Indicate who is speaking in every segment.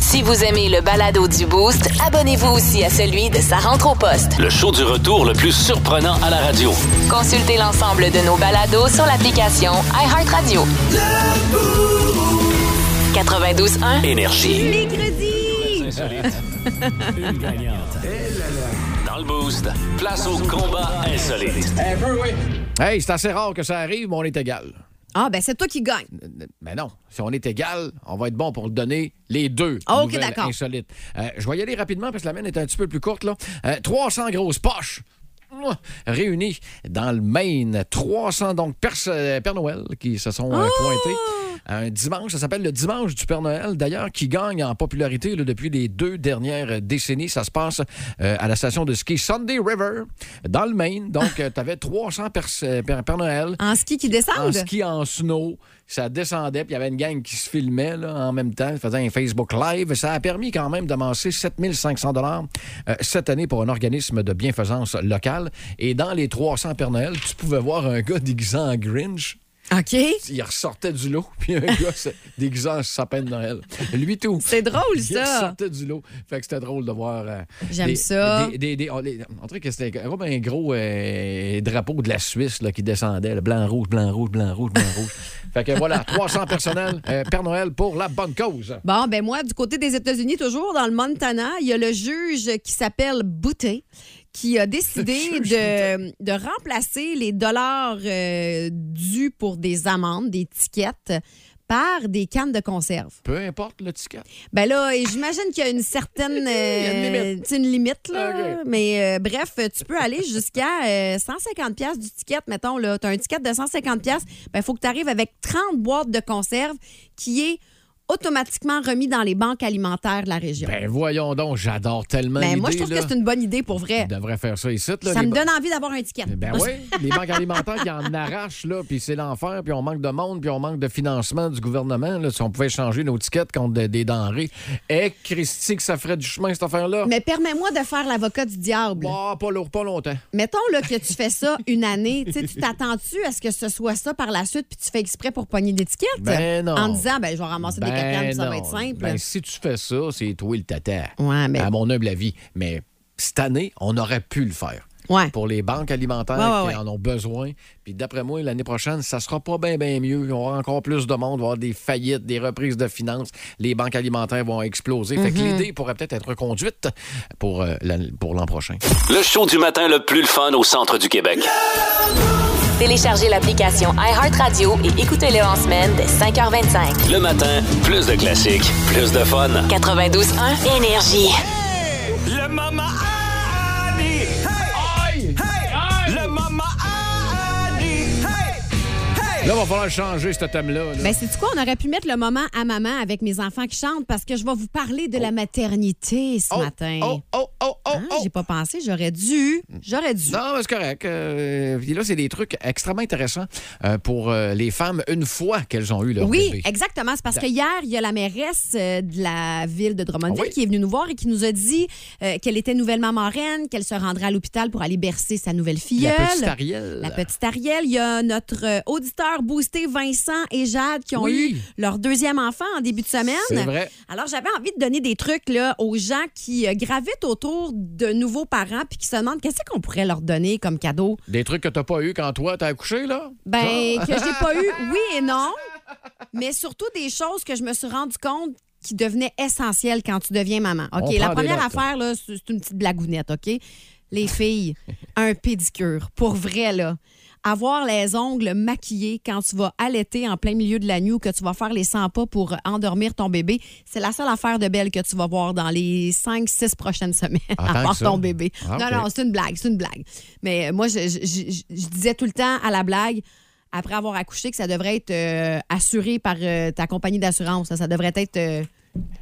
Speaker 1: Si vous aimez le balado du Boost, abonnez-vous aussi à celui de Sa rentre au poste.
Speaker 2: Le show du retour le plus surprenant à la radio.
Speaker 1: Consultez l'ensemble de nos balados sur l'application iHeartRadio. 92.1
Speaker 2: Énergie.
Speaker 3: Mercredi!
Speaker 2: Une gagnante. Dans le boost, place au combat insolite.
Speaker 4: Hey, c'est assez rare que ça arrive, mais on est égal.
Speaker 3: Ah, ben c'est toi qui gagne.
Speaker 4: Mais non, si on est égal, on va être bon pour donner les deux.
Speaker 3: Ah, ok,
Speaker 4: nouvelles
Speaker 3: d'accord.
Speaker 4: insolites. Euh, je vais y aller rapidement parce que la mienne est un petit peu plus courte. Là. Euh, 300 grosses poches mouah, réunies dans le Maine. 300 donc Père, euh, Père Noël qui se sont
Speaker 3: Oh!
Speaker 4: euh, pointés. Un dimanche, ça s'appelle le dimanche du Père Noël, d'ailleurs, qui gagne en popularité là, depuis les deux dernières euh, décennies. Ça se passe euh, à la station de ski Sunday River, dans le Maine. Donc, euh, tu avais 300 Pères- euh, Père- Père Noël
Speaker 3: En ski qui descendent?
Speaker 4: en ski, en snow. Ça descendait, puis il y avait une gang qui se filmait là, en même temps, faisait un Facebook Live. Ça a permis quand même d'amasser 7500 dollars euh, cette année pour un organisme de bienfaisance locale. Et dans les 300 Père Noël, tu pouvais voir un gars déguisé en Grinch.
Speaker 3: OK.
Speaker 4: Il ressortait du lot, puis un gars se- déguisé en sapin de Noël. Lui tout.
Speaker 3: C'est drôle,
Speaker 4: Il
Speaker 3: ça.
Speaker 4: ressortait du lot. Fait que c'était drôle de voir. euh,
Speaker 3: J'aime
Speaker 4: des-
Speaker 3: ça.
Speaker 4: Des, des- des- on, les- on dirait que c'était comme un gros euh, drapeau de la Suisse là, qui descendait. le blanc-rouge, blanc-rouge, blanc-rouge, blanc-rouge. fait que voilà, 300 personnels, euh, Père Noël pour la bonne cause.
Speaker 3: Bon, ben moi, du côté des États-Unis, toujours dans le Montana, il y a le juge qui s'appelle Boutet qui a décidé de, de remplacer les dollars euh, dus pour des amendes, des tickets, par des cannes de conserve.
Speaker 4: Peu importe le ticket.
Speaker 3: Ben là, et j'imagine qu'il y a une certaine...
Speaker 4: y a une
Speaker 3: euh,
Speaker 4: limite. Ah,
Speaker 3: tu sais, une limite, là.
Speaker 4: Ok.
Speaker 3: Mais euh, bref, tu peux aller jusqu'à euh, 150 pièces du ticket, mettons, là. Tu as un ticket de 150 pièces, ben il faut que tu arrives avec 30 boîtes de conserve qui est automatiquement remis dans les banques alimentaires de la région.
Speaker 4: Ben voyons donc, j'adore tellement
Speaker 3: Ben,
Speaker 4: l'idée.
Speaker 3: moi, je trouve
Speaker 4: là.
Speaker 3: que c'est une bonne idée pour vrai.
Speaker 4: On devrait faire ça ici. Là,
Speaker 3: Ça
Speaker 4: les
Speaker 3: me
Speaker 4: ba-
Speaker 3: donne envie d'avoir un ticket.
Speaker 4: Ben oui, les banques alimentaires qui en arrachent, là, puis c'est l'enfer, puis on manque de monde, puis on manque de financement du gouvernement. Là, si on pouvait changer nos tickets contre des, des denrées. Eh, Christy, que ça ferait du chemin, cette affaire-là.
Speaker 3: Mais permets-moi de faire l'avocat du diable.
Speaker 4: Bah, pas lourd, pas longtemps.
Speaker 3: Mettons là, que tu fais ça une année. Tu sais, tu t'attends-tu à ce que ce soit ça par la suite, puis tu fais exprès pour pogner l'étiquette?
Speaker 4: Ben non.
Speaker 3: En disant, ben, je vais ramasser des
Speaker 4: Ben
Speaker 3: cacanes, puis ça va
Speaker 4: non.
Speaker 3: être simple.
Speaker 4: Ben, si tu fais ça, c'est toi le tata.
Speaker 3: Ouais, mais-
Speaker 4: À mon humble avis. Mais cette année, on aurait pu le faire.
Speaker 3: Ouais.
Speaker 4: Pour les banques alimentaires
Speaker 3: Ouais, ouais, ouais.
Speaker 4: qui en ont besoin. Puis d'après moi, l'année prochaine, ça sera pas bien bien mieux. On aura encore plus de monde, on va avoir des faillites, des reprises de finances. Les banques alimentaires vont exploser. Fait que
Speaker 3: Mm-hmm.
Speaker 4: l'idée pourrait peut-être être reconduite pour, euh, l'an- pour l'an prochain.
Speaker 2: Le show du matin le plus le fun au centre du Québec.
Speaker 1: Téléchargez l'application iHeartRadio et écoutez-le en semaine dès 5h25.
Speaker 2: Le matin, plus de classiques, plus de fun.
Speaker 1: 92.1 Énergie.
Speaker 5: Le Mama Annie. Hey! Hey! Le Mama Annie. Hey! Hey!
Speaker 4: Là, va falloir changer ce thème-là. là.
Speaker 3: Ben, c'est quoi? On aurait pu mettre le moment à maman avec mes enfants qui chantent parce que je vais vous parler de la maternité ce
Speaker 4: Oh,
Speaker 3: matin.
Speaker 4: Oh, oh, oh, oh,
Speaker 3: Hein?
Speaker 4: oh.
Speaker 3: J'ai pas pensé, j'aurais dû. J'aurais dû.
Speaker 4: Non, mais c'est correct. Euh, puis là, c'est des trucs extrêmement intéressants euh, pour euh, les femmes une fois qu'elles ont eu leur
Speaker 3: Oui,
Speaker 4: bébé.
Speaker 3: exactement. C'est parce que hier, il y a la mairesse euh, de la ville de Drummondville
Speaker 4: Ah oui?
Speaker 3: qui est venue nous voir et qui nous a dit euh, qu'elle était nouvellement marraine, qu'elle se rendrait à l'hôpital pour aller bercer sa nouvelle filleule.
Speaker 4: La petite Ariel.
Speaker 3: La petite Ariel, il y a notre euh, auditeur boosté Vincent et Jade qui ont
Speaker 4: Oui.
Speaker 3: eu leur deuxième enfant en début de semaine.
Speaker 4: C'est vrai.
Speaker 3: Alors j'avais envie de donner des trucs là, aux gens qui euh, gravitent autour de nouveaux parents puis qui se demandent qu'est-ce qu'on pourrait leur donner comme cadeau.
Speaker 4: Des trucs que t'as pas eu quand toi t'as accouché, là?
Speaker 3: Ben que j'ai pas eu oui et non, mais surtout des choses que je me suis rendu compte qui devenaient essentielles quand tu deviens maman.
Speaker 4: On
Speaker 3: OK,
Speaker 4: prend
Speaker 3: la
Speaker 4: des
Speaker 3: première
Speaker 4: notes, là.
Speaker 3: affaire là, c'est c'est une petite blagounette, OK? Les filles, un pédicure pour vrai là. Avoir les ongles maquillés quand tu vas allaiter en plein milieu de la nuit ou que tu vas faire les 100 pas pour endormir ton bébé, c'est la seule affaire de belle que tu vas voir dans les 5 6 prochaines semaines
Speaker 4: Ah, tant
Speaker 3: à part
Speaker 4: que ça.
Speaker 3: ton bébé.
Speaker 4: Ah,
Speaker 3: Non
Speaker 4: ok.
Speaker 3: non, c'est une blague, c'est une blague. Mais euh, moi, je, je- je- je disais tout le temps à la blague, après avoir accouché, que ça devrait être euh, assuré par euh, ta compagnie d'assurance. Ça, ça devrait être. euh,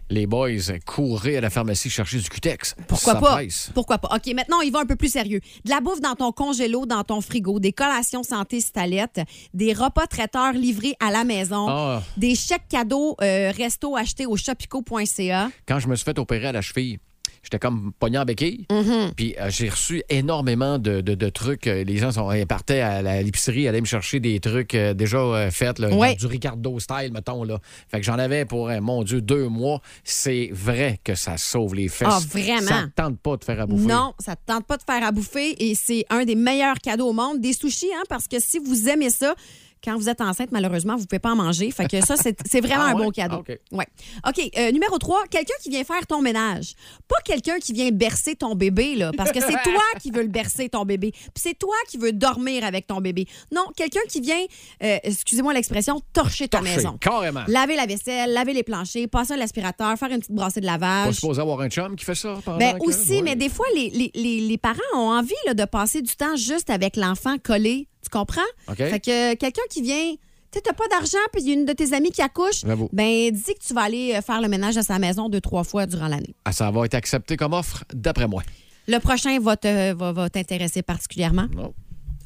Speaker 4: Les boys couraient à la pharmacie chercher du cutex.
Speaker 3: pourquoi
Speaker 4: Ça
Speaker 3: pas?
Speaker 4: presse.
Speaker 3: Pourquoi pas? OK, maintenant, il va un peu plus sérieux. De la bouffe dans ton congélo, dans ton frigo, des collations santé si t'as l'aide, des repas traiteurs livrés à la maison,
Speaker 4: Ah.
Speaker 3: des chèques cadeaux euh, resto achetés au shopico.ca.
Speaker 4: Quand je me suis fait opérer à la cheville, j'étais comme pogné en béquille.
Speaker 3: Mm-hmm.
Speaker 4: Puis euh, j'ai reçu énormément de, de- de trucs. Euh, Les gens sont, ils partaient à la- à l'épicerie, allaient me chercher des trucs euh, déjà euh, faits, là,
Speaker 3: Ouais.
Speaker 4: du Ricardo style, mettons. Là. Fait que j'en avais pour, euh, mon Dieu, deux mois. C'est vrai que ça sauve les fesses.
Speaker 3: Ah, vraiment?
Speaker 4: Ça te tente pas de faire à bouffer.
Speaker 3: Non, ça ne te tente pas de faire à bouffer et c'est un des meilleurs cadeaux au monde, des sushis, hein, parce que si vous aimez ça, quand vous êtes enceinte, malheureusement, vous ne pouvez pas en manger. Fait que ça, c'est c'est vraiment
Speaker 4: Ah
Speaker 3: un
Speaker 4: ouais?
Speaker 3: bon cadeau.
Speaker 4: Ah, OK.
Speaker 3: Ouais. OK, euh, numéro 3, quelqu'un qui vient faire ton ménage. Pas quelqu'un qui vient bercer ton bébé, là, parce que c'est toi qui veux le bercer, ton bébé. Puis c'est toi qui veux dormir avec ton bébé. Non, quelqu'un qui vient, euh, excusez-moi l'expression, torcher ta
Speaker 4: Torcher,
Speaker 3: maison.
Speaker 4: carrément.
Speaker 3: Laver la vaisselle, laver les planchers, passer l'aspirateur, faire une petite brassée de
Speaker 4: Pas
Speaker 3: lavage.
Speaker 4: supposé avoir un chum qui fait ça pendant
Speaker 3: Ben
Speaker 4: que-
Speaker 3: aussi,
Speaker 4: Ouais.
Speaker 3: mais des fois, les, les- les- les parents ont envie là, de passer du temps juste avec l'enfant collé. Tu comprends?
Speaker 4: OK.
Speaker 3: Fait que euh, quelqu'un qui vient. Tu sais, t'as pas d'argent, puis il y a une de tes amies qui accouche.
Speaker 4: J'avoue.
Speaker 3: Ben, dis que tu vas aller euh, faire le ménage à sa maison deux, trois fois durant l'année.
Speaker 4: Ah, ça va être accepté comme offre, d'après moi.
Speaker 3: Le prochain va te- va- va t'intéresser particulièrement.
Speaker 4: Non.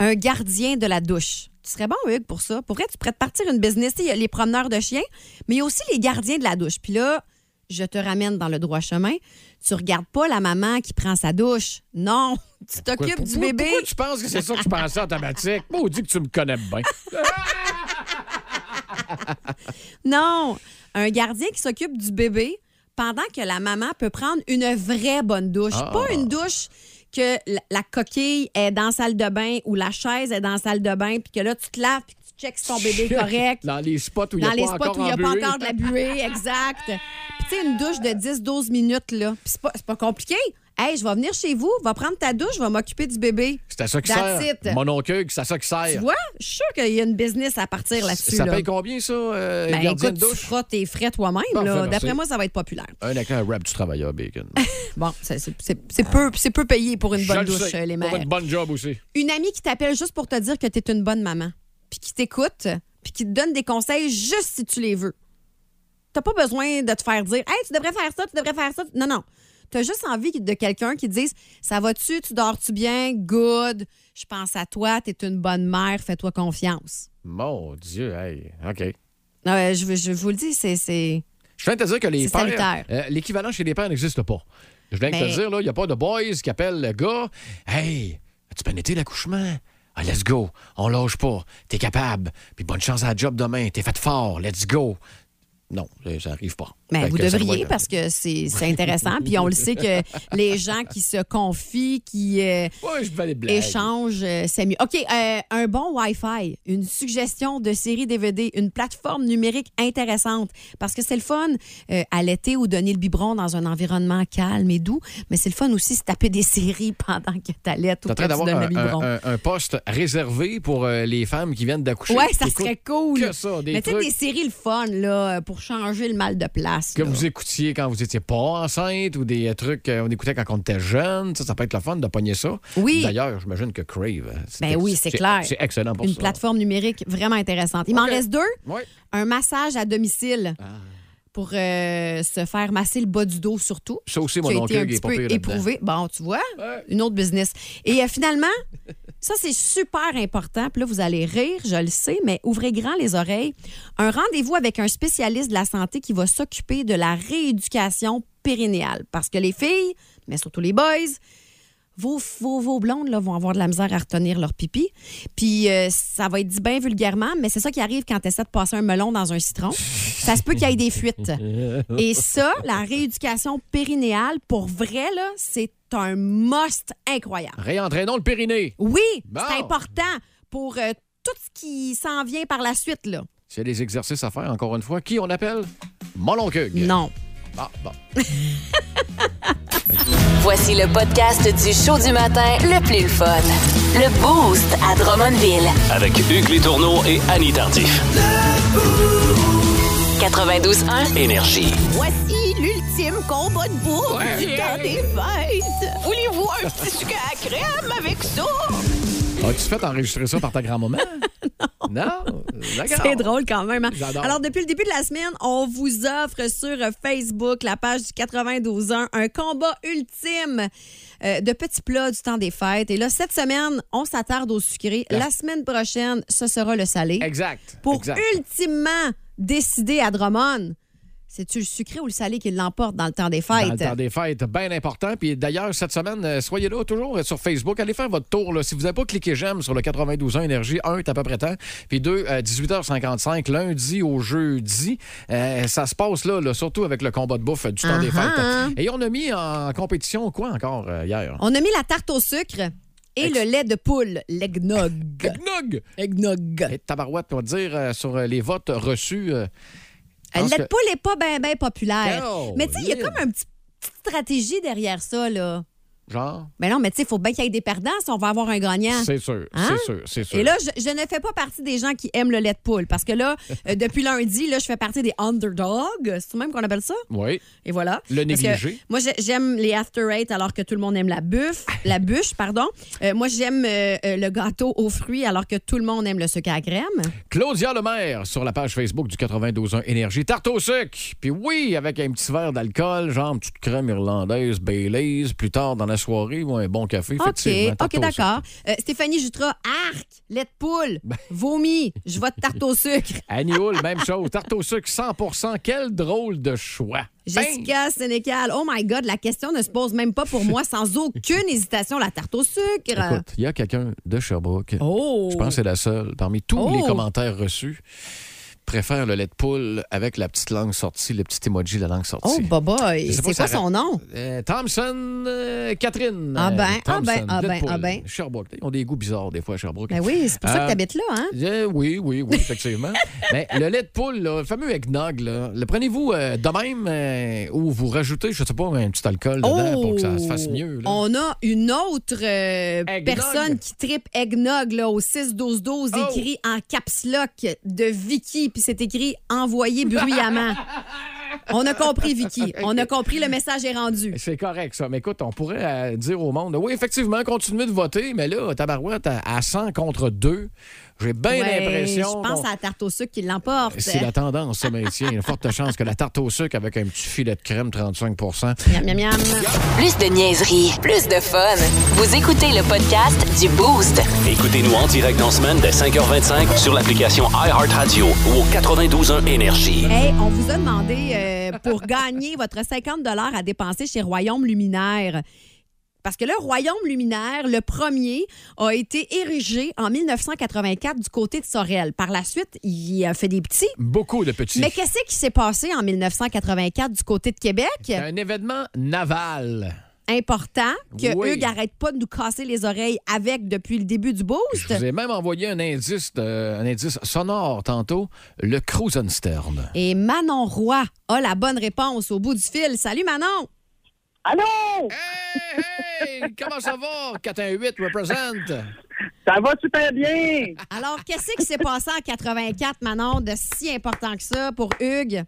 Speaker 3: Un gardien de la douche. Tu serais bon, Hugues, pour ça. Pour vrai, tu pourrais te partir une business. Tu sais, Il y a les promeneurs de chiens, mais il y a aussi les gardiens de la douche. Puis là, je te ramène dans le droit chemin. Tu regardes pas la maman qui prend sa douche. Non, tu t'occupes
Speaker 4: Pourquoi-
Speaker 3: du
Speaker 4: pourquoi-
Speaker 3: bébé.
Speaker 4: Pourquoi tu penses que c'est ça que je pensais en thématique? Maudit que tu me connais bien.
Speaker 3: Non, un gardien qui s'occupe du bébé pendant que la maman peut prendre une vraie bonne douche.
Speaker 4: Ah.
Speaker 3: Pas une douche que la, la coquille est dans la salle de bain ou la chaise est dans la salle de bain, puis que là, tu te laves, puis que tu checkes si ton bébé est correct.
Speaker 4: Dans les spots où il n'y a,
Speaker 3: dans
Speaker 4: pas,
Speaker 3: les spots
Speaker 4: encore
Speaker 3: où il n'y a pas
Speaker 4: embuée.
Speaker 3: encore de la buée, exact. Puis tu sais, une douche de 10-12 minutes, là. Puis c'est pas, c'est pas compliqué. Hey, je vais venir chez vous, va prendre ta douche, je vais m'occuper du bébé.
Speaker 4: C'est à ça qui
Speaker 3: That's
Speaker 4: sert.
Speaker 3: it.
Speaker 4: Mon oncle, c'est à ça qui sert.
Speaker 3: Tu vois, je suis sûre qu'il y a une business à partir là-dessus.
Speaker 4: ça
Speaker 3: là.
Speaker 4: paye combien, ça, euh,
Speaker 3: Ben,
Speaker 4: gardien
Speaker 3: écoute,
Speaker 4: de
Speaker 3: tu
Speaker 4: douche?
Speaker 3: feras tes frais toi-même.
Speaker 4: Parfait,
Speaker 3: là.
Speaker 4: merci.
Speaker 3: D'après moi, ça va être populaire.
Speaker 4: Un avec un rap du travailleur, Bacon.
Speaker 3: Bon, ça, c'est c'est- c'est peu, c'est peu payé pour une
Speaker 4: Je
Speaker 3: bonne
Speaker 4: le
Speaker 3: douche,
Speaker 4: sais.
Speaker 3: euh, les
Speaker 4: Pour
Speaker 3: mères.
Speaker 4: une bonne job aussi.
Speaker 3: Une amie qui t'appelle juste pour te dire que t'es une bonne maman, puis qui t'écoute, puis qui te donne des conseils juste si tu les veux. T'as pas besoin de te faire dire « Hey, tu devrais faire ça, tu devrais faire ça. » Non, non. T'as juste envie de quelqu'un qui te dise « Ça va-tu? Tu dors-tu bien? Good. Je pense à toi. T'es une bonne mère. Fais-toi confiance.
Speaker 4: Mon Dieu, hey, OK. »
Speaker 3: Euh, je, veux- je vous le dis, c'est- c'est...
Speaker 4: Je viens de te dire que les
Speaker 3: C'est
Speaker 4: pères.
Speaker 3: salutaire.
Speaker 4: euh, L'équivalent chez les pères n'existe pas. Je viens de
Speaker 3: Ben-
Speaker 4: te dire, là, il n'y a pas de boys qui appellent le gars. Hey, as-tu bien été l'accouchement? Ah, let's go. On lâche pas. T'es capable. Puis bonne chance à la job demain. T'es fait fort. Let's go. Non, ça- ça n'arrive pas.
Speaker 3: Mais
Speaker 4: Fait
Speaker 3: ben, vous
Speaker 4: que ça
Speaker 3: devriez
Speaker 4: doit-
Speaker 3: parce que c'est c'est intéressant. Puis on le sait que les gens qui se confient, qui euh,
Speaker 4: Ouais, je vais les blagues.
Speaker 3: échangent, euh, c'est mieux. OK, euh, un bon Wi-Fi, une suggestion de série DVD, une plateforme numérique intéressante. Parce que c'est le fun euh, allaiter ou donner le biberon dans un environnement calme et doux. Mais c'est le fun aussi se taper des séries pendant que t'allaites ou
Speaker 4: T'es
Speaker 3: que
Speaker 4: en train
Speaker 3: tu
Speaker 4: d'avoir
Speaker 3: donnes
Speaker 4: un,
Speaker 3: le biberon.
Speaker 4: un- un- un poste réservé pour euh, les femmes qui viennent d'accoucher.
Speaker 3: Ouais, ça
Speaker 4: qui écoutent
Speaker 3: serait cool.
Speaker 4: Que ça, des
Speaker 3: Mais tu sais,
Speaker 4: trucs
Speaker 3: des séries le fun, là, pour changer le mal de place.
Speaker 4: que
Speaker 3: là.
Speaker 4: vous écoutiez quand vous étiez pas enceinte ou des euh, trucs qu'on écoutait quand on était jeune. Ça, ça peut être le fun de pogner ça.
Speaker 3: Oui.
Speaker 4: D'ailleurs, j'imagine que Crave. euh, c'est
Speaker 3: Ben
Speaker 4: ex-
Speaker 3: oui, c'est clair.
Speaker 4: C'est excellent pour
Speaker 3: Une
Speaker 4: ça.
Speaker 3: plateforme numérique vraiment intéressante. Il m'en
Speaker 4: OK.
Speaker 3: reste deux.
Speaker 4: Oui.
Speaker 3: Un massage à domicile
Speaker 4: Ah.
Speaker 3: pour euh, se faire masser le bas du dos surtout.
Speaker 4: Ça
Speaker 3: qui
Speaker 4: aussi, mon
Speaker 3: a été un
Speaker 4: oncle
Speaker 3: petit
Speaker 4: est pas
Speaker 3: peu
Speaker 4: pire là-dedans.
Speaker 3: éprouvé. Bon, tu vois, une autre business. Et euh, finalement, ça, c'est super important. Puis là, vous allez rire, je le sais, mais ouvrez grand les oreilles. Un rendez-vous avec un spécialiste de la santé qui va s'occuper de la rééducation périnéale. Parce que les filles, mais surtout les boys, vos, vos, vos blondes là, vont avoir de la misère à retenir leur pipi. Puis euh, ça va être dit bien vulgairement, mais c'est ça qui arrive quand tu essaies de passer un melon dans un citron. Ça se peut qu'il y ait des fuites. Et ça, la rééducation périnéale, pour vrai, là, c'est un must incroyable.
Speaker 4: Réentraînons le périnée.
Speaker 3: Oui,
Speaker 4: Bon.
Speaker 3: c'est important pour euh, tout ce qui s'en vient par la suite. Là.
Speaker 4: S'il y a des exercices à faire, encore une fois, qui on appelle? Mon oncle.
Speaker 3: Non.
Speaker 4: Ah, bon.
Speaker 1: Voici le podcast du show du matin le plus fun. Le Boost à Drummondville.
Speaker 2: Avec Hugues Létourneau et Annie Tardif.
Speaker 1: 92.1.
Speaker 2: Énergie.
Speaker 6: Voici l'ultime combat de bourre dans des fêtes. Voulez-vous un petit sucre à crème avec ça?
Speaker 4: As-tu fait enregistrer ça par ta grand-maman? non. Non? D'accord.
Speaker 3: C'est drôle quand même. hein?
Speaker 4: J'adore.
Speaker 3: Alors, depuis le début de la semaine, on vous offre sur Facebook, la page du 92.1, un combat ultime euh, de petits plats du temps des fêtes. Et là, cette semaine, on s'attarde au sucré. La semaine prochaine, ce sera le salé.
Speaker 4: Exact.
Speaker 3: Pour
Speaker 4: exact.
Speaker 3: ultimement décider à Drummond C'est-tu le sucré ou le salé qui l'emporte dans le temps des
Speaker 4: Dans le
Speaker 3: fêtes?
Speaker 4: temps des fêtes, bien important. Puis d'ailleurs, cette semaine, euh, soyez là toujours euh, sur Facebook. Allez faire votre tour. là. Si vous n'avez pas cliqué j'aime sur le 92 1 Énergie, un, t'as à peu près temps. Puis deux, euh, à 18h55, lundi au jeudi. Euh, ça se passe là, là, surtout avec le combat de bouffe euh, du temps des
Speaker 3: Ah-ha.
Speaker 4: fêtes. Et on a mis en compétition quoi encore euh, hier?
Speaker 3: Uh-huh. On a mis la tarte au sucre et le lait de poule, l'eggnog.
Speaker 4: Eggnog!
Speaker 3: Eggnog.
Speaker 4: Et tabarouette, on va dire euh, sur euh, les votes reçus. euh, je
Speaker 3: Euh, Le
Speaker 4: pense
Speaker 3: lait
Speaker 4: que-
Speaker 3: de poule n'est pas bien ben populaire.
Speaker 4: Oh,
Speaker 3: mais tu sais, il y a
Speaker 4: yeah.
Speaker 3: comme une petite stratégie derrière ça, là.
Speaker 4: Genre,
Speaker 3: Mais non, mais tu sais, il faut bien qu'il y ait des perdants si on va avoir un gagnant.
Speaker 4: c'est sûr,
Speaker 3: Hein?
Speaker 4: c'est sûr, c'est sûr.
Speaker 3: Et là, je, je ne fais pas partie des gens qui aiment le lait de poule parce que là, euh, depuis lundi, là, je fais partie des underdogs. C'est tout de même qu'on appelle ça?
Speaker 4: oui.
Speaker 3: Et voilà.
Speaker 4: Le
Speaker 3: Parce que
Speaker 4: négligé.
Speaker 3: Moi, j'ai- j'aime les after eight alors que tout le monde aime la buffe, la bûche, pardon. Euh, moi, j'aime euh, euh, le gâteau aux fruits alors que tout le monde aime le sucre à la crème.
Speaker 4: Claudia Lemaire sur la page Facebook du 92.1 Énergie. Tarte au sucre. Puis oui, avec un petit verre d'alcool, genre une petite crème irlandaise, Baileys. Plus tard dans la soirée, ou un bon café.
Speaker 3: OK,
Speaker 4: effectivement, hein, tarte
Speaker 3: OK,
Speaker 4: au sucre. Ben.
Speaker 3: d'accord. Euh, Stéphanie Jutras, arc, lait de poule, vomi, je vote tarte au sucre.
Speaker 4: Annie Hull, même chose. Tarte au sucre, 100 Quel drôle de choix. Ben,
Speaker 3: Jessica Sénécal, oh my God, la question ne se pose même pas pour moi sans aucune hésitation, la tarte au sucre.
Speaker 4: Écoute, il y a quelqu'un de Sherbrooke.
Speaker 3: oh!
Speaker 4: Je pense que c'est la seule. Parmi tous
Speaker 3: Oh.
Speaker 4: les commentaires reçus, préfère le lait de poule avec la petite langue sortie, le petit emoji de la langue sortie.
Speaker 3: Oh, Baba,
Speaker 4: Je sais
Speaker 3: c'est
Speaker 4: pas
Speaker 3: quoi
Speaker 4: si ça
Speaker 3: son nom?
Speaker 4: Euh, Thompson, euh, Catherine.
Speaker 3: Ah ben,
Speaker 4: Euh,
Speaker 3: ah ben, ah ben,
Speaker 4: Deadpool,
Speaker 3: ah ben.
Speaker 4: Sherbrooke. Ils ont des goûts bizarres des fois à Sherbrooke.
Speaker 3: Ben oui, c'est pour ça que
Speaker 4: Euh,
Speaker 3: tu habites là, hein?
Speaker 4: Euh, oui, oui, oui, effectivement. Mais le lait de poule, là, le fameux eggnog, là, le prenez-vous euh, de même euh, ou vous rajoutez, je sais pas, un petit alcool dedans pour que ça se fasse mieux. là.
Speaker 3: Oh! On a une autre euh,
Speaker 4: Eggnog.
Speaker 3: personne qui tripe eggnog là, au 6-12-12,
Speaker 4: Oh.
Speaker 3: écrit en caps lock de Vicky, puis c'est écrit envoyé bruyamment. On a compris, Vicky. On a compris, le message est rendu.
Speaker 4: C'est correct, ça. Mais écoute, on pourrait euh, dire au monde, oui, effectivement, continuez de voter, mais là, Tabarouette, à, à 100 contre 2, j'ai bien
Speaker 3: Ouais,
Speaker 4: l'impression.
Speaker 3: Je pense
Speaker 4: qu'on-
Speaker 3: à la tarte au sucre qui l'emporte.
Speaker 4: C'est la tendance, ça, maintient. Il y a forte chance que la tarte au sucre avec un petit filet de crème, 35
Speaker 3: Miam, miam, miam.
Speaker 1: Plus de niaiserie, plus de fun. Vous écoutez le podcast du Boost.
Speaker 2: Écoutez-nous en direct dans la semaine dès 5h25 sur l'application iHeartRadio ou au 92.1 Énergie.
Speaker 3: Hey, on vous a demandé euh, pour gagner votre 50 à dépenser chez Royaume Luminaire. Parce que le Royaume Luminaire, le premier, a été érigé en 1984 du côté de Sorel. Par la suite, il a fait des petits.
Speaker 4: Beaucoup de petits.
Speaker 3: Mais qu'est-ce qui s'est passé en 1984 du côté de Québec?
Speaker 4: Un événement naval.
Speaker 3: Important que
Speaker 4: Oui.
Speaker 3: eux n'arrêtent pas de nous casser les oreilles avec depuis le début du boost.
Speaker 4: Je vous ai même envoyé un indice, de- un indice sonore tantôt, le Krusenstern.
Speaker 3: Et Manon Roy a la bonne réponse au bout du fil. Salut Manon!
Speaker 7: Allô?
Speaker 4: Hey, hey, comment ça va? 418 represent.
Speaker 7: Ça va super bien?
Speaker 3: Alors, qu'est-ce qui s'est passé en 84, Manon, de si important que ça pour Hugues?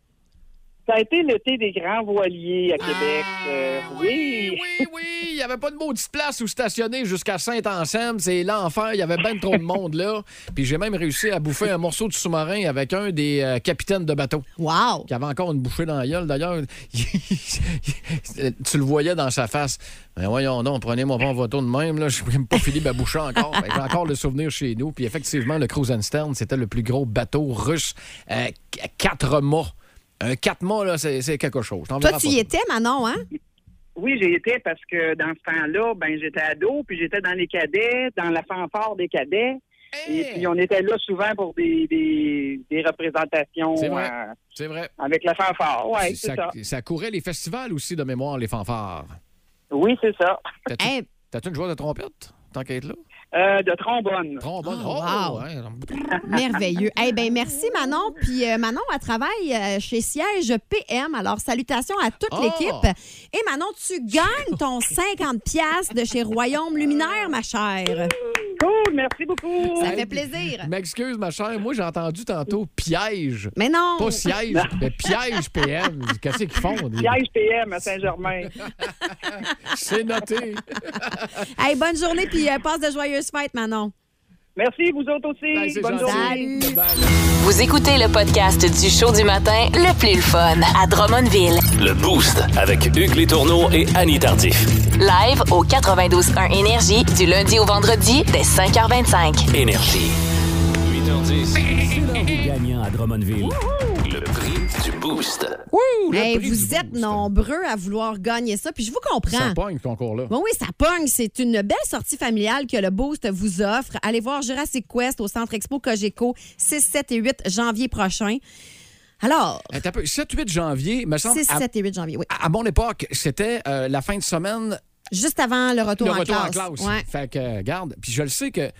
Speaker 7: Ça a été l'été des grands voiliers à Québec. Euh, oui.
Speaker 4: Ah, Oui, oui, il n'y avait pas de maudite place où stationner jusqu'à Saint-Anselme. C'est l'enfer. Il y avait ben trop de monde là. Puis j'ai même réussi à bouffer un morceau de sous-marin avec un des euh, capitaines de bateau
Speaker 3: Wow!
Speaker 4: qui avait encore une bouchée dans la gueule. D'ailleurs, tu le voyais dans sa face. Mais voyons donc, prenez-moi pas en photo de même. là. Je n'ai même pas fini ma bouchée encore. Ben, J'ai encore le souvenir chez nous. Puis effectivement, le Krusenstern, c'était le plus gros bateau russe. Euh, qu- quatre mâts. Un quatre mâts, là, c'est c'est quelque chose. Je t'en
Speaker 3: Toi,
Speaker 4: verrai
Speaker 3: tu
Speaker 4: pas.
Speaker 3: y étais, Manon, hein?
Speaker 7: Oui, j'y étais parce que dans ce temps-là, ben j'étais ado, puis j'étais dans les cadets, dans la fanfare des cadets. Et puis on était là souvent pour des, des, des représentations
Speaker 4: C'est vrai.
Speaker 7: euh,
Speaker 4: C'est vrai.
Speaker 7: avec la fanfare. Oui, c'est
Speaker 4: ça,
Speaker 7: ça.
Speaker 4: ça courait les festivals aussi de mémoire, les fanfares.
Speaker 7: Oui, c'est ça.
Speaker 4: T'as-tu
Speaker 3: Hey,
Speaker 4: t'as-tu une joueur de trompette? Tant qu'à être là.
Speaker 7: Euh, de trombone.
Speaker 4: Trombone.
Speaker 3: Oh, wow.
Speaker 4: hein.
Speaker 3: merveilleux. Eh ben, merci, Manon. Puis euh, Manon, elle travaille euh, chez Siège PM. Alors, salutations à toute
Speaker 4: Oh.
Speaker 3: l'équipe. Et Manon, tu gagnes ton 50 pièces de chez Royaume Luminaire, ma chère.
Speaker 7: Cool, merci beaucoup.
Speaker 3: Ça fait plaisir.
Speaker 4: Je M'excuse, ma chère. Moi, j'ai entendu tantôt piège.
Speaker 3: Mais non!
Speaker 4: Pas siège, mais piège PM. Qu'est-ce qu'ils font? les-
Speaker 7: Piège PM à Saint-Germain.
Speaker 4: C'est noté.
Speaker 3: Hey, bonne journée, puis euh, passe de joyeuses fêtes, Manon.
Speaker 7: Merci, vous autres aussi.
Speaker 4: Ben, c'est
Speaker 7: Bonne
Speaker 4: gentil.
Speaker 7: journée.
Speaker 3: Salut.
Speaker 4: Bye-bye.
Speaker 1: Vous écoutez le podcast du show du matin le plus le fun à Drummondville.
Speaker 2: Le Boost avec Hugues Létourneau et Annie Tardif.
Speaker 1: Live au 92.1 Énergie du lundi au vendredi dès 5h25.
Speaker 2: Énergie. 8h10.
Speaker 8: Gagnant à Drummondville.
Speaker 2: Le prix du Boost.
Speaker 4: Ouh, le
Speaker 3: Hey,
Speaker 4: prix
Speaker 3: vous
Speaker 4: du
Speaker 3: êtes
Speaker 4: Boost.
Speaker 3: nombreux à vouloir gagner ça, puis je vous comprends.
Speaker 4: Ça pogne, ce concours-là.
Speaker 3: Bon, oui, ça pogne. C'est une belle sortie familiale que le Boost vous offre. Allez voir Jurassic Quest au Centre Expo Cogeco, 6, 7 et 8 janvier prochain. Alors,
Speaker 4: Attends un peu, 7-8 janvier, me semble,
Speaker 3: 6,
Speaker 4: à,
Speaker 3: 7 et 8 janvier, oui.
Speaker 4: à mon époque, c'était euh, la fin de semaine
Speaker 3: Juste avant le retour,
Speaker 4: le
Speaker 3: en,
Speaker 4: retour
Speaker 3: classe.
Speaker 4: en classe.
Speaker 3: Ouais.
Speaker 4: Fait que, euh, garde, puis je le sais que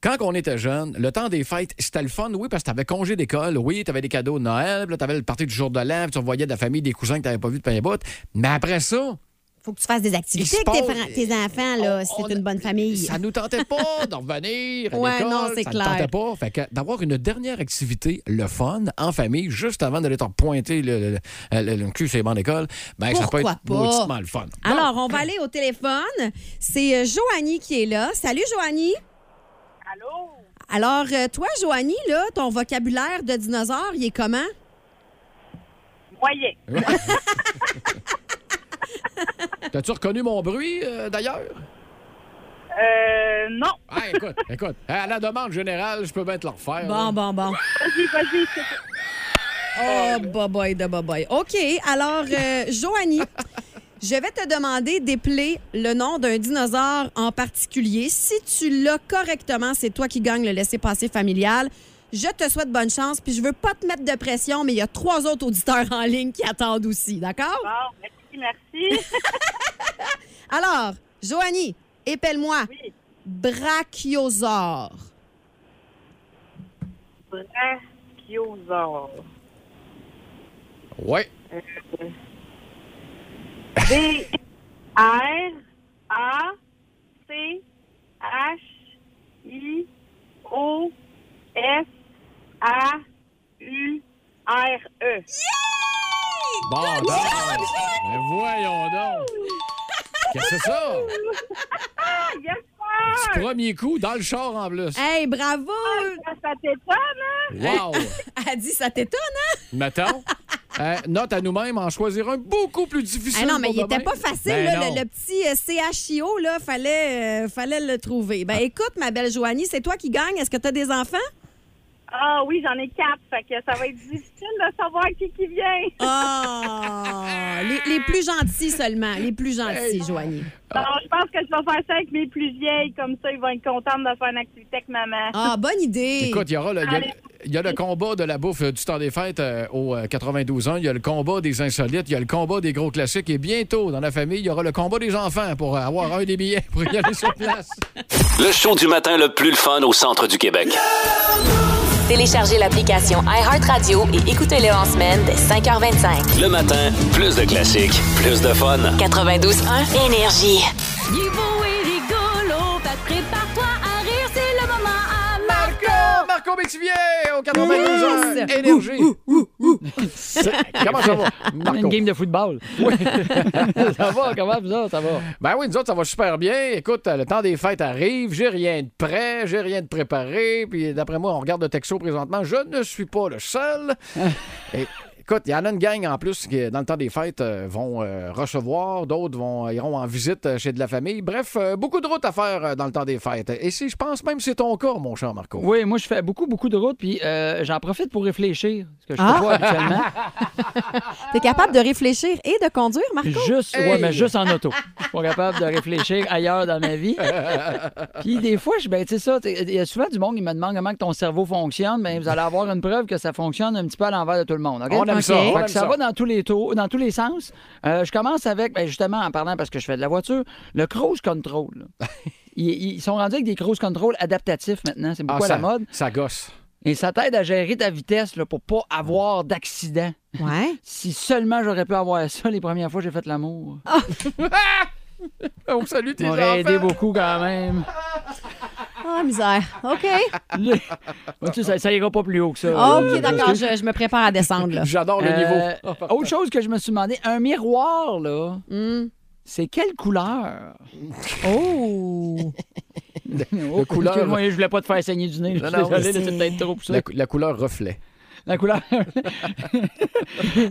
Speaker 4: quand on était jeune, le temps des fêtes, c'était le fun, oui, parce que t'avais congé d'école, oui, t'avais des cadeaux de Noël, puis là, t'avais le party du jour de l'an, puis tu revoyais de la famille, des cousins que t'avais pas vu depuis un bout. Mais après ça,
Speaker 3: Faut que tu fasses des activités
Speaker 4: Il se
Speaker 3: avec tes,
Speaker 4: passe-
Speaker 3: parents- tes enfants, là,
Speaker 4: on-
Speaker 3: si
Speaker 4: on-
Speaker 3: c'est une bonne famille.
Speaker 4: ça nous tentait pas d'en revenir à
Speaker 3: Ouais,
Speaker 4: l'école,
Speaker 3: non, c'est
Speaker 4: ça
Speaker 3: clair.
Speaker 4: nous tentait pas. Fait que d'avoir une dernière activité, le fun, en famille, juste avant d'aller te pointer le, le, le- le cul sur les bancs d'école, ben ça peut
Speaker 3: Pourquoi
Speaker 4: être
Speaker 3: pas?
Speaker 4: mauditement le fun. Bon.
Speaker 3: Alors, on va aller au téléphone. C'est euh, Joanie qui est là. Salut, Joanie.
Speaker 7: Allô?
Speaker 3: Alors, euh, toi, Joanie, là, ton vocabulaire de dinosaure, il est comment?
Speaker 7: Moyen.
Speaker 4: T'as-tu reconnu mon bruit, euh, d'ailleurs?
Speaker 7: Euh, non.
Speaker 4: Ah, écoute, écoute, à la demande générale, je peux bien te le refaire. là.
Speaker 3: Bon, bon, bon. Oh, boboy de boboy. OK, alors, euh, Joanie, je vais te demander d'épeler le nom d'un dinosaure en particulier. Si tu l'as correctement, c'est toi qui gagne le laisser-passer familial. Je te souhaite bonne chance, puis je veux pas te mettre de pression, mais il y a trois autres auditeurs en ligne qui attendent aussi, d'accord?
Speaker 7: Bon, merci, merci.
Speaker 3: Alors, Joanie, épelle-moi.
Speaker 7: Oui.
Speaker 3: Brachiosaure.
Speaker 7: Brachiosaure.
Speaker 4: Ouais.
Speaker 7: B-R-A-C-H-I-O-S-A-U-R-E.
Speaker 4: Bon, donc. Mais voyons donc. Qu'est-ce que c'est ça?
Speaker 7: Yes, sir!
Speaker 4: Du premier coup, dans le char en plus.
Speaker 3: Hey, bravo!
Speaker 7: Ça t'étonne, hein?
Speaker 3: Euh,
Speaker 4: Wow!
Speaker 3: Elle dit, ça t'étonne, hein?
Speaker 4: Mettons. euh, note à nous-mêmes, en choisir un beaucoup plus difficile.
Speaker 3: Ah non, mais
Speaker 4: pour
Speaker 3: il était
Speaker 4: demain.
Speaker 3: pas facile,
Speaker 4: Ben
Speaker 3: là,
Speaker 4: non.
Speaker 3: le, le petit euh, CHIO, là, fallait, euh, fallait le trouver.
Speaker 8: Ah.
Speaker 3: Ben écoute, ma belle Joanie, c'est toi qui gagne. Est-ce que tu as des enfants?
Speaker 7: Ah oui, j'en ai quatre, fait que ça va être difficile de savoir qui qui vient.
Speaker 8: Ah!
Speaker 3: Oh! les, les plus gentils seulement, les plus
Speaker 8: Ben
Speaker 3: gentils, Joanie.
Speaker 7: Non, je pense que je vais faire ça avec mes plus vieilles, comme ça, ils vont être contents de faire une activité avec maman.
Speaker 3: Ah, bonne idée!
Speaker 4: Écoute, il y aura le, il y a- il y a le combat de la bouffe euh, du temps des fêtes euh, au euh, 92 ans. Il y a le combat des insolites. Il y a le combat des gros classiques. Et bientôt, dans la famille, il y aura le combat des enfants pour euh, avoir un des billets pour y aller sur place.
Speaker 2: Le show du matin le plus le fun au centre du Québec.
Speaker 1: Téléchargez l'application iHeartRadio et écoutez-le en semaine dès 5h25.
Speaker 2: Le matin, plus de classiques, plus de fun.
Speaker 1: 92.1 Énergie.
Speaker 6: Il est beau et rigolo, fait que prépare-toi à rire, c'est le moment à
Speaker 4: Marco! Marco Métivier au 92 ans. Énergie. Comment ça va, Marco?
Speaker 8: Une game de football. ça va, comment vous autres, ça va?
Speaker 4: Ben oui, nous autres, ça va super bien. Écoute, euh, le temps des fêtes arrive, j'ai rien de prêt, j'ai rien de préparé. Puis d'après moi, on regarde le texto présentement, je ne suis pas le seul. Et, écoute, il y en a une gang en plus qui, dans le temps des fêtes, euh, vont euh, recevoir, d'autres vont iront en visite euh, chez de la famille. Bref, euh, beaucoup de routes à faire euh, dans le temps des fêtes. Et si je pense même que c'est ton cas, mon cher Marco.
Speaker 8: Oui, moi, je fais beaucoup, beaucoup de routes, puis euh, j'en profite pour réfléchir, ce que je
Speaker 3: Ah.
Speaker 8: fais pas habituellement.
Speaker 3: T'es capable de réfléchir et de conduire, Marco?
Speaker 8: Juste,
Speaker 4: Hey!
Speaker 8: ouais, mais juste en auto. Je suis pas capable de réfléchir ailleurs dans ma vie. Puis des fois, je ben, tu sais ça, tu sais, il y a souvent du monde qui me demande comment que ton cerveau fonctionne, mais vous allez avoir une preuve que ça fonctionne un petit peu à l'envers de tout le monde. OK?
Speaker 4: On aime ça,
Speaker 8: OK.
Speaker 4: on
Speaker 8: Fait
Speaker 4: aime
Speaker 8: que ça
Speaker 4: ça.
Speaker 8: va dans tous les taux, dans tous les sens. Euh, je commence avec, ben, justement, en parlant parce que je fais de la voiture, le cruise control. là. Ils, ils sont rendus avec des cruise control adaptatifs maintenant. C'est beaucoup
Speaker 4: Ah,
Speaker 8: à la
Speaker 4: ça-
Speaker 8: mode.
Speaker 4: Ça gosse.
Speaker 8: Et ça t'aide à gérer ta vitesse là, pour pas avoir d'accident.
Speaker 3: Ouais.
Speaker 8: Si seulement j'aurais pu avoir ça les premières fois que j'ai fait l'amour.
Speaker 4: Ah, On salue tes
Speaker 8: M'aurait aidé
Speaker 4: Ah, enfants.
Speaker 8: beaucoup quand même.
Speaker 3: Ah, misère. OK.
Speaker 8: Le- Moi, tu sais, ça, ça ira pas plus haut que ça.
Speaker 4: Ah,
Speaker 3: OK, d'accord, je, je me prépare à descendre, là.
Speaker 4: J'adore le
Speaker 8: Euh,
Speaker 4: niveau.
Speaker 8: autre chose que je me suis demandé, un miroir, là,
Speaker 3: Hmm.
Speaker 8: c'est quelle couleur?
Speaker 3: Oh!
Speaker 8: Oh,
Speaker 4: couleur-
Speaker 8: Excuse-moi, je voulais pas te faire saigner du nez. Je suis
Speaker 4: Non, non,
Speaker 8: désolé, là,
Speaker 3: c'est-
Speaker 8: c'est peut-être trop pour ça.
Speaker 4: La, cou- la couleur reflet.
Speaker 8: La couleur.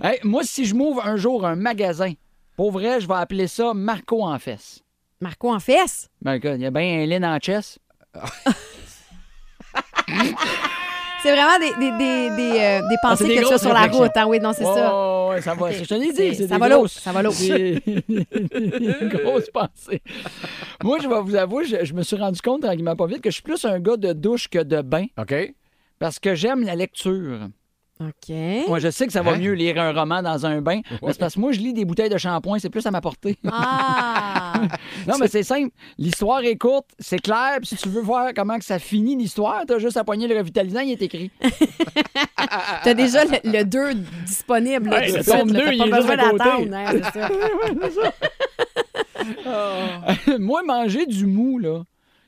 Speaker 8: Hey, moi, si je m'ouvre un jour un magasin, pour vrai, je vais appeler ça Marco en fesses.
Speaker 3: Marco en fesse?
Speaker 8: Ben, écoute, il y a bien un lin en chess.
Speaker 3: C'est vraiment des, des, des, des, euh, des
Speaker 8: Ah,
Speaker 3: pensées
Speaker 8: c'est des
Speaker 3: que tu as
Speaker 8: grosses
Speaker 3: sur la
Speaker 8: réflexions.
Speaker 3: route. hein. Oui, non, c'est ça.
Speaker 8: Ouais, ouais, ça va. Je te l'ai
Speaker 3: C'est-
Speaker 8: dit. c'est
Speaker 3: ça
Speaker 8: des
Speaker 3: va l'autre,
Speaker 8: grosses-
Speaker 3: ça va l'autre.
Speaker 8: C'est une grosse pensée. Moi, je vais vous avouer, je, je me suis rendu compte tranquillement pas vite que je suis plus un gars de douche que de bain
Speaker 4: OK?
Speaker 8: parce que j'aime la lecture.
Speaker 3: OK.
Speaker 8: Moi, je sais que ça va
Speaker 4: Hein?
Speaker 8: mieux lire un roman dans un bain, mais c'est parce que moi, je lis des bouteilles de shampoing, c'est plus à ma portée.
Speaker 3: Ah!
Speaker 8: Non, mais c'est simple. L'histoire est courte, c'est clair. puis Si tu veux voir comment que ça finit l'histoire, t'as juste à poigner le revitalisant, il est écrit.
Speaker 3: T'as déjà le- le 2 disponible. là,
Speaker 8: Ouais,
Speaker 3: tout
Speaker 8: le
Speaker 3: de suite,
Speaker 8: tome
Speaker 3: là.
Speaker 8: deux, il
Speaker 3: T'as
Speaker 8: est
Speaker 3: pas
Speaker 8: juste
Speaker 3: besoin
Speaker 8: à côté.
Speaker 3: d'attendre. hein, c'est ça.
Speaker 8: Moi, manger du mou, là,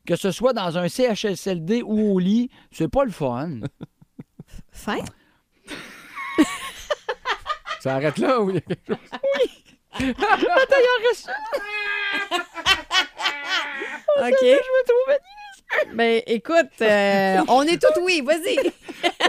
Speaker 8: que ce soit dans un CHSLD ou au lit, c'est pas le fun.
Speaker 3: Fin?
Speaker 4: Ça arrête là ou il y a quelque chose?
Speaker 8: Attends, il en reste
Speaker 3: OK.
Speaker 8: Je me trouve
Speaker 3: Ben, écoute, euh, on est tout oui. Vas-y.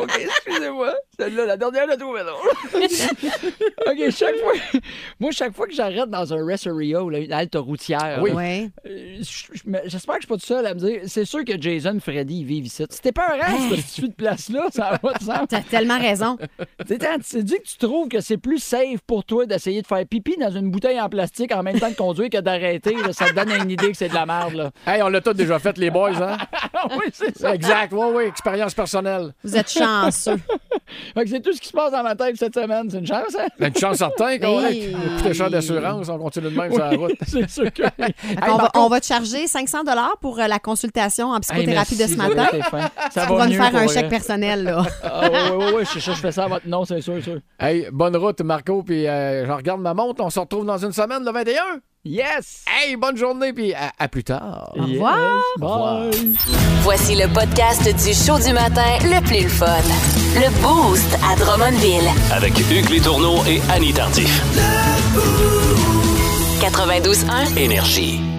Speaker 8: OK, excusez-moi. Celle-là, la dernière, je la trouvais drôle. OK, chaque fois... Moi, chaque fois que j'arrête dans un rest area ou une halte routière, là,
Speaker 3: Ouais.
Speaker 8: euh, je- je me- j'espère que je suis pas tout seul à me dire... C'est sûr que Jason, Freddy, ils vivent ici. C'était pas un reste, si tu de place-là, ça va de sens.
Speaker 3: T'as tellement raison.
Speaker 8: Tu sais, quand tu dis que tu trouves que c'est plus safe pour toi d'essayer de faire pipi dans une bouteille en plastique en même temps de conduire que d'arrêter, là, ça te donne une idée que c'est de la merde, là.
Speaker 4: Hey, on l'a tous déjà fait, les boys, hein?
Speaker 8: Ah oui, c'est ça.
Speaker 4: Exact, oui, oui, expérience personnelle.
Speaker 3: Vous êtes chanceux.
Speaker 8: Fait que c'est tout ce qui se passe dans ma tête cette semaine. C'est une chance, hein?
Speaker 4: Ben, Une chance certaine qu'on
Speaker 3: Oui.
Speaker 4: hey, coûte cher d'assurance, on continue de même sur la route.
Speaker 8: c'est sûr que...
Speaker 3: Fait qu'on va- bah, on, va, te charger 500 pour euh, la consultation en
Speaker 8: Hey,
Speaker 3: psychothérapie de
Speaker 8: merci,
Speaker 3: ce
Speaker 8: vous avez
Speaker 3: matin.
Speaker 8: été fin. Ça
Speaker 3: On va nous
Speaker 8: mieux
Speaker 3: faire
Speaker 8: pour
Speaker 3: un
Speaker 8: vrai.
Speaker 3: chèque personnel, là.
Speaker 8: Ah, oui, oui, oui, je suis sûr, je fais ça à votre nom, c'est sûr, sûr.
Speaker 4: Hey, bonne route, Marco, puis euh, je regarde ma montre, on se retrouve dans une semaine, le 21.
Speaker 8: Yes!
Speaker 4: Hey, bonne journée, puis à, à plus tard.
Speaker 8: Yes.
Speaker 3: revoir.
Speaker 8: Bye!
Speaker 1: Voici le podcast du show du matin le plus le fun. Le Boost à Drummondville.
Speaker 2: Avec Hugues Létourneau et Annie Tardif.
Speaker 1: 92.1.
Speaker 2: Énergie.